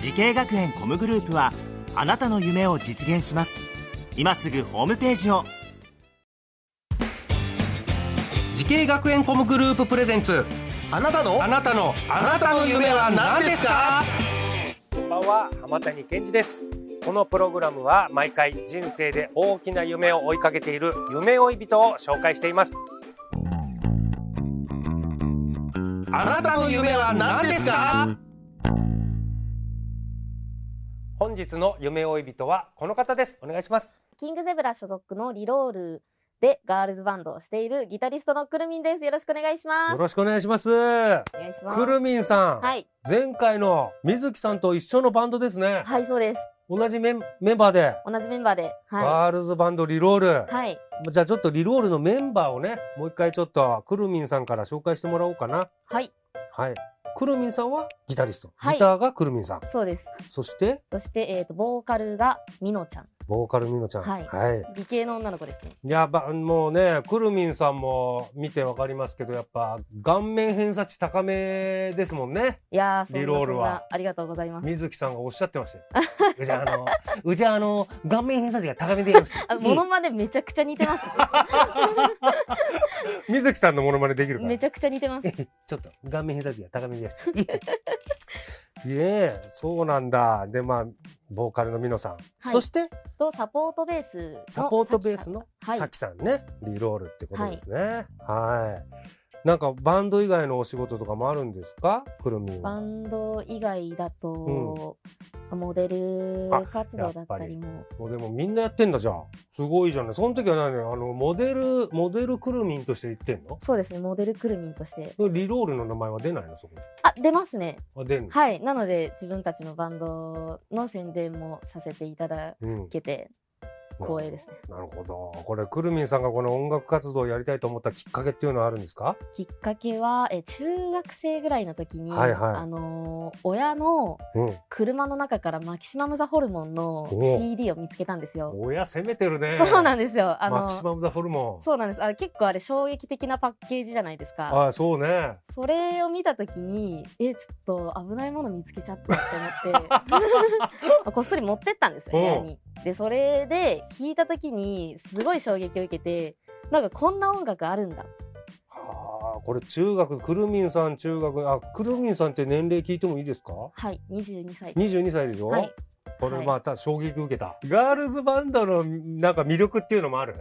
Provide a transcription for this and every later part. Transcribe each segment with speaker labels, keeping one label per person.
Speaker 1: 時系学園コムグループはあなたの夢を実現します今すぐホームページを
Speaker 2: 時系学園コムグループプレゼンツ
Speaker 3: あなたの
Speaker 2: あなたのあなたの夢は何ですか
Speaker 4: こんばんは浜谷健二ですこのプログラムは毎回人生で大きな夢を追いかけている夢追い人を紹介しています
Speaker 3: あなたの夢は何ですか
Speaker 4: 本日の夢追い人はこの方ですお願いします
Speaker 5: キングゼブラ所属のリロールでガールズバンドをしているギタリストのくるみんです。よろしくお願いします。
Speaker 4: よろしくお願いします
Speaker 5: お願いします。
Speaker 4: くるみんさん、
Speaker 5: はい。
Speaker 4: 前回の水木さんと一緒のバンドですね、
Speaker 5: はい、そうです。
Speaker 4: 同じメンメンバーで、
Speaker 5: 同じメンバーで。は
Speaker 4: ガールズバンドリロール、
Speaker 5: い。はい。
Speaker 4: じゃあちょっとリロールのメンバーをねもう一回ちょっとくるみんさんから紹介してもらおうかな
Speaker 5: はい。
Speaker 4: はいくるみんさんはギタリスト、
Speaker 5: はい
Speaker 4: ギターがくるみんさん
Speaker 5: そうです。
Speaker 4: そして
Speaker 5: そして、えっ、と、ボーカルがみのちゃん。
Speaker 4: ボーカルみのちゃん。
Speaker 5: はい
Speaker 4: はい。
Speaker 5: 理系の女の子ですね。
Speaker 4: やば、もうね、くるみんさんも見てわかりますけど、やっぱ、顔面偏差値高めですもんね。
Speaker 5: いやー、そんな
Speaker 4: リロールは
Speaker 5: そんなありがとうございます。
Speaker 4: 水木さんがおっしゃってました よ。うちあの、うちあの、顔面偏差値が高めでいまし
Speaker 5: あ、
Speaker 4: た。
Speaker 5: モノマネめちゃくちゃ似てます。
Speaker 4: 水木さんのモノマネできるから
Speaker 5: め。ちゃくちゃ似てます。
Speaker 4: ちょっと顔面偏差値が高めでした。いいいえ、そうなんだ。で、まあ、ボーカルのみのさん。
Speaker 5: はい
Speaker 4: そして、
Speaker 5: と、サポートベースの。
Speaker 4: サポートベースの
Speaker 5: はい
Speaker 4: さきさんね、リロールってことですね。はい。なんかバンド以外のお仕事とかもあるんですか、くるみん
Speaker 5: バ
Speaker 4: は。
Speaker 5: ンド以外だと、モデル活動だったりも。
Speaker 4: もうでもみんなやってんだじゃん。すごいじゃない。その時は何あのモデルモデルくるみんとして言ってんの？
Speaker 5: そうですね、モデルくるみんとして。
Speaker 4: リロールの名前は出ないのそこに。
Speaker 5: あ、出ますね。
Speaker 4: あ出んの。
Speaker 5: はい。なので、自分たちのバンドの宣伝もさせていただ
Speaker 4: うん。
Speaker 5: けて光栄ですね。
Speaker 4: なるほど。これくるみんさんがこの音楽活動をやりたいと思ったきっかけっていうのはあるんですか？
Speaker 5: きっかけは、え中学生ぐらいの時に、
Speaker 4: はいはい
Speaker 5: あのー親の
Speaker 4: うん。
Speaker 5: 車の中からマキシマム・ザ・ホルモンの
Speaker 4: お
Speaker 5: CD を見つけたんですよ。
Speaker 4: 親攻めてるね。
Speaker 5: そうな
Speaker 4: ん
Speaker 5: んですよ。あ
Speaker 4: マ
Speaker 5: の
Speaker 4: キシマムザホルモン。
Speaker 5: そうなんですあ結構あれ衝撃的なパッケージじゃないですか。
Speaker 4: あ、そうね。
Speaker 5: それを見た時にえちょっと危ないもの見つけちゃったって思って こっそり持ってったんですよ部屋に。でそれで聞いた時にすごい衝撃を受けてなんかこんな音楽あるんだ
Speaker 4: ああ、これ中学、くるみんさん中学、あ、くるみんさんって年齢聞いてもいいですか
Speaker 5: はい22歳
Speaker 4: 22歳でしょ、
Speaker 5: はい
Speaker 4: これ
Speaker 5: はい
Speaker 4: また衝撃受けた、ガールズバンドのなんか魅力っていうのもある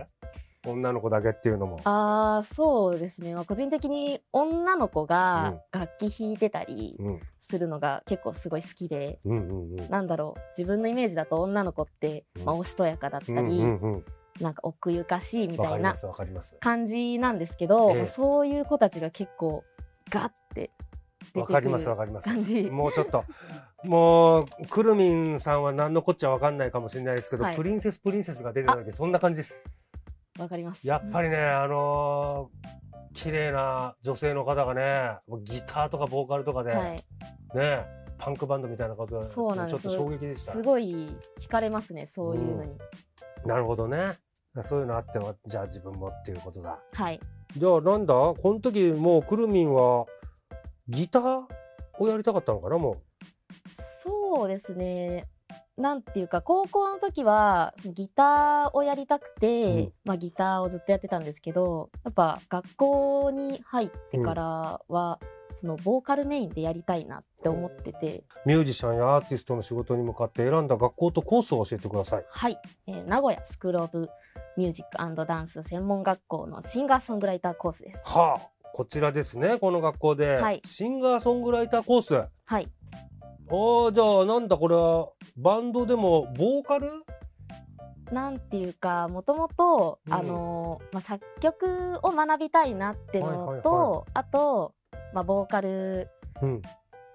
Speaker 4: 女の子だけっていうのも。
Speaker 5: あーそうですね、まあ、個人的に女の子が楽器弾いてたり
Speaker 4: うん、
Speaker 5: するのが結構すごい好きで。
Speaker 4: うん、うん、うん。
Speaker 5: なんだろう自分のイメージだと女の子って、まあ、
Speaker 4: うん
Speaker 5: おしとやかだった
Speaker 4: う
Speaker 5: り、
Speaker 4: ん、うん、うん。
Speaker 5: なんか奥ゆかしいみ
Speaker 4: わ
Speaker 5: た
Speaker 4: か
Speaker 5: い
Speaker 4: り
Speaker 5: な
Speaker 4: ます、わかります。
Speaker 5: 感じなんですけど、
Speaker 4: ええ
Speaker 5: そういう子たちが結構ガッて出
Speaker 4: わ
Speaker 5: て
Speaker 4: か
Speaker 5: く
Speaker 4: ります、わ
Speaker 5: る
Speaker 4: かります。
Speaker 5: 感じ
Speaker 4: もうちょっと、もう、くるみんさんは何のこっちゃわかんないかもしれないですけど、
Speaker 5: はい
Speaker 4: プリンセスプリンセスが出てた時、そんな感じです。
Speaker 5: わかります
Speaker 4: やっぱりね、あのー綺麗な女性の方がね、ギターとかボーカルとかで、
Speaker 5: はい
Speaker 4: ね、パンクバンドみたいなこと
Speaker 5: そうなん
Speaker 4: ちょ
Speaker 5: で
Speaker 4: っ
Speaker 5: す
Speaker 4: と衝撃でした
Speaker 5: す。ごい惹かれますねそういうのに、
Speaker 4: なるほどね。そういうのあっては、じゃあ自分もっていうことだ。
Speaker 5: はい
Speaker 4: じゃあなんだこの時もうくるみんはギターをやりたかったのかなも
Speaker 5: そうですねなんていうか高校の時はそのギターをやりたくて、
Speaker 4: うん
Speaker 5: まあ、ギターをずっとやってたんですけどやっぱ学校に入ってからは、そのボーカルメインでやりたいなって思ってて、
Speaker 4: う。ミュージシャンやアーティストの仕事に向かって選んだ学校とコースを教えてください。
Speaker 5: はい、えー名古屋スクール・オブ・ミュージックダンス専門学校のシンガーソングライターコースです。
Speaker 4: はあ、こちらですね、この学校で。
Speaker 5: はい
Speaker 4: シンガーソングライターコース。
Speaker 5: はい、
Speaker 4: おーじゃあなんだこれはバンドでもボーカル
Speaker 5: なんていうかもともと
Speaker 4: うん
Speaker 5: あのーまあ、作曲を学びたいなってのと、
Speaker 4: はいはい
Speaker 5: あと、まあ、ボーカル
Speaker 4: うん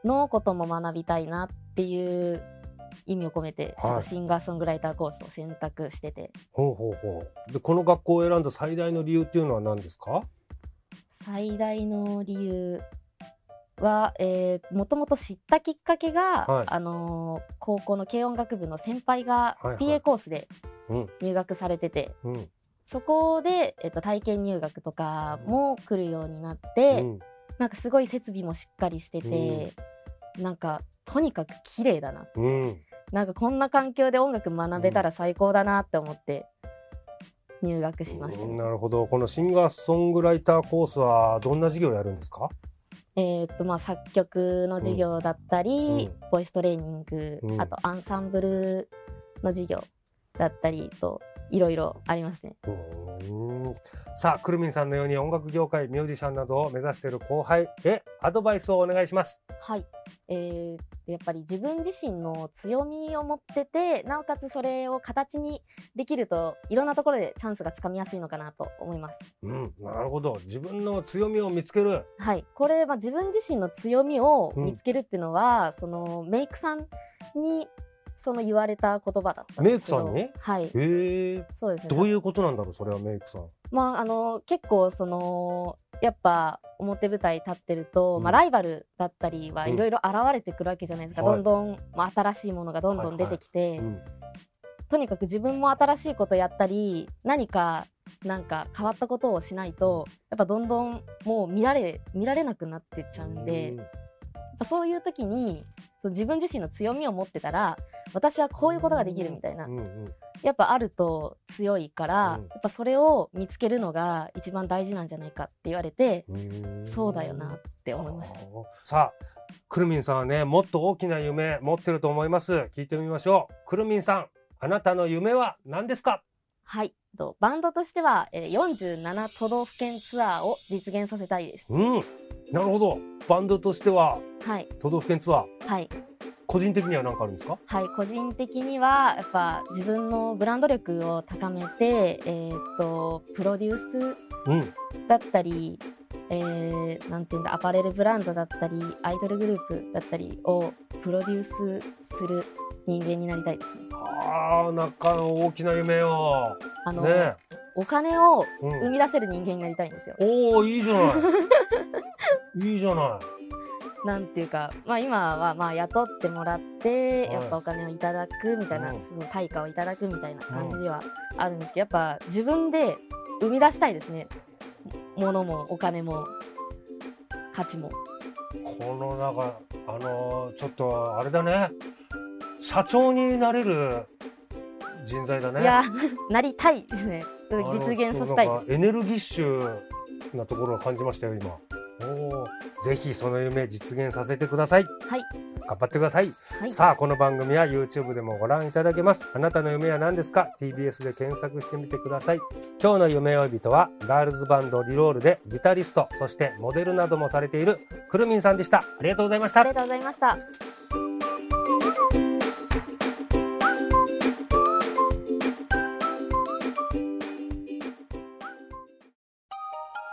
Speaker 5: のことも学びたいなっていう意味を込めて、
Speaker 4: はい
Speaker 5: ちょっとシンガーソングライターコースを選択してて、
Speaker 4: ほうほうほうでこの学校を選んだ最大の理由っていうのは何ですか
Speaker 5: 最大の理由は、えー、もともと知ったきっかけが、
Speaker 4: はい
Speaker 5: あのー高校の軽音楽部の先輩が
Speaker 4: はいはい
Speaker 5: PA コースで
Speaker 4: うん
Speaker 5: 入学されてて、
Speaker 4: うん
Speaker 5: そこで、えっと体験入学とかも来るようになっ
Speaker 4: う
Speaker 5: て、
Speaker 4: ん
Speaker 5: なんかすごい設備もしっかりしてて、なんかとにかく綺麗だな
Speaker 4: うん
Speaker 5: なんかこんな環境で音楽学べたら最高だなって思って入学しましたね、
Speaker 4: うんなるほどこのシンガーソングライターコースはどんな授業をやるんですか
Speaker 5: えーっとまあ、作曲の授業だったり、ボイストレーニング、
Speaker 4: うん
Speaker 5: あとアンサンブルの授業だったりといろいろありますね。
Speaker 4: うーんさあくるみんさんのように音楽業界ミュージシャンなどを目指している後輩へアドバイスをお願いします
Speaker 5: はいえーやっぱり自分自身の強みを持っててなおかつそれを形にできるといろんなところでチャンスがつかみやすいのかなと思います。
Speaker 4: うんなるほど自分の強みを見つける
Speaker 5: はい、これ、まあ、自分自身の強みを見つけるっていうのは、そのメイクさんにその言われた言葉だったんですけど
Speaker 4: メイク
Speaker 5: はい
Speaker 4: へえ
Speaker 5: そうですね
Speaker 4: どういうことなんだろうそれはメイクさん
Speaker 5: まあ、あの結構そのやっぱ表舞台立ってると、
Speaker 4: うん
Speaker 5: まあ、ライバルだったりは
Speaker 4: うん
Speaker 5: いろいろ現れてくるわけじゃないですか、
Speaker 4: はい
Speaker 5: どんどん、まあ、新しいものがどんどん出てきて、
Speaker 4: うん
Speaker 5: とにかく自分も新しいことやったり何かなんか変わったことをしないとやっぱどんどんもう見られ見られなくなってっちゃうんで、やっぱそういう時にその自分自身の強みを持ってたら私はこういうことができるみたいな
Speaker 4: うんうん
Speaker 5: やっぱあると強いから、
Speaker 4: うん
Speaker 5: やっぱそれを見つけるのが一番大事なんじゃないかって言われて、
Speaker 4: うん
Speaker 5: そうだよなって思いました。
Speaker 4: さあくるみんさんはねもっと大きな夢持ってると思います聞いてみましょうくるみんさんあなたの夢は何ですか
Speaker 5: はい。とバンドとしては、えー47都道府県ツアーを実現させたいです。
Speaker 4: うんなるほどバンドとしては
Speaker 5: はい。
Speaker 4: 都道府県ツアー
Speaker 5: はい。
Speaker 4: 個人的には何かあるんですか
Speaker 5: はい。個人的には、やっぱ自分のブランド力を高めて、えーっと、プロデュース
Speaker 4: うん
Speaker 5: だったり、えー、なんていうんだ、アパレルブランドだったり、アイドルグループだったりをプロデュースする人間になりたいですね。
Speaker 4: ああなんか大きな夢よ
Speaker 5: あの、
Speaker 4: ね
Speaker 5: お金を
Speaker 4: え、うん
Speaker 5: 生み出せる人間になりたいんですよ。
Speaker 4: おおいいじゃないいいじゃな
Speaker 5: なんていうか、まあ、今はまあ雇ってもらって、
Speaker 4: はい
Speaker 5: やっぱお金をいただくみたいな、
Speaker 4: うん
Speaker 5: その対価をいただくみたいな感じではあるんですけど、やっぱ自分で生み出したいですね。物もお金も価値も。
Speaker 4: いこのなんかあのーちょっとあれだね社長になれる人材だね
Speaker 5: いや、なりたいですね。実現させたい
Speaker 4: あの
Speaker 5: で
Speaker 4: なんか
Speaker 5: す。
Speaker 4: エネルギッシュなところを感じましたよ今おーぜひその夢実現させてください
Speaker 5: はい。
Speaker 4: 頑張ってください、
Speaker 5: はい
Speaker 4: さあこの番組は YouTube でもご覧いただけますあなたの夢は何ですか TBS で検索してみてください今日の夢追い人はガールズバンドリロールでギタリストそしてモデルなどもされているくるみんさんでしたありがとうございました
Speaker 5: ありがとうございました。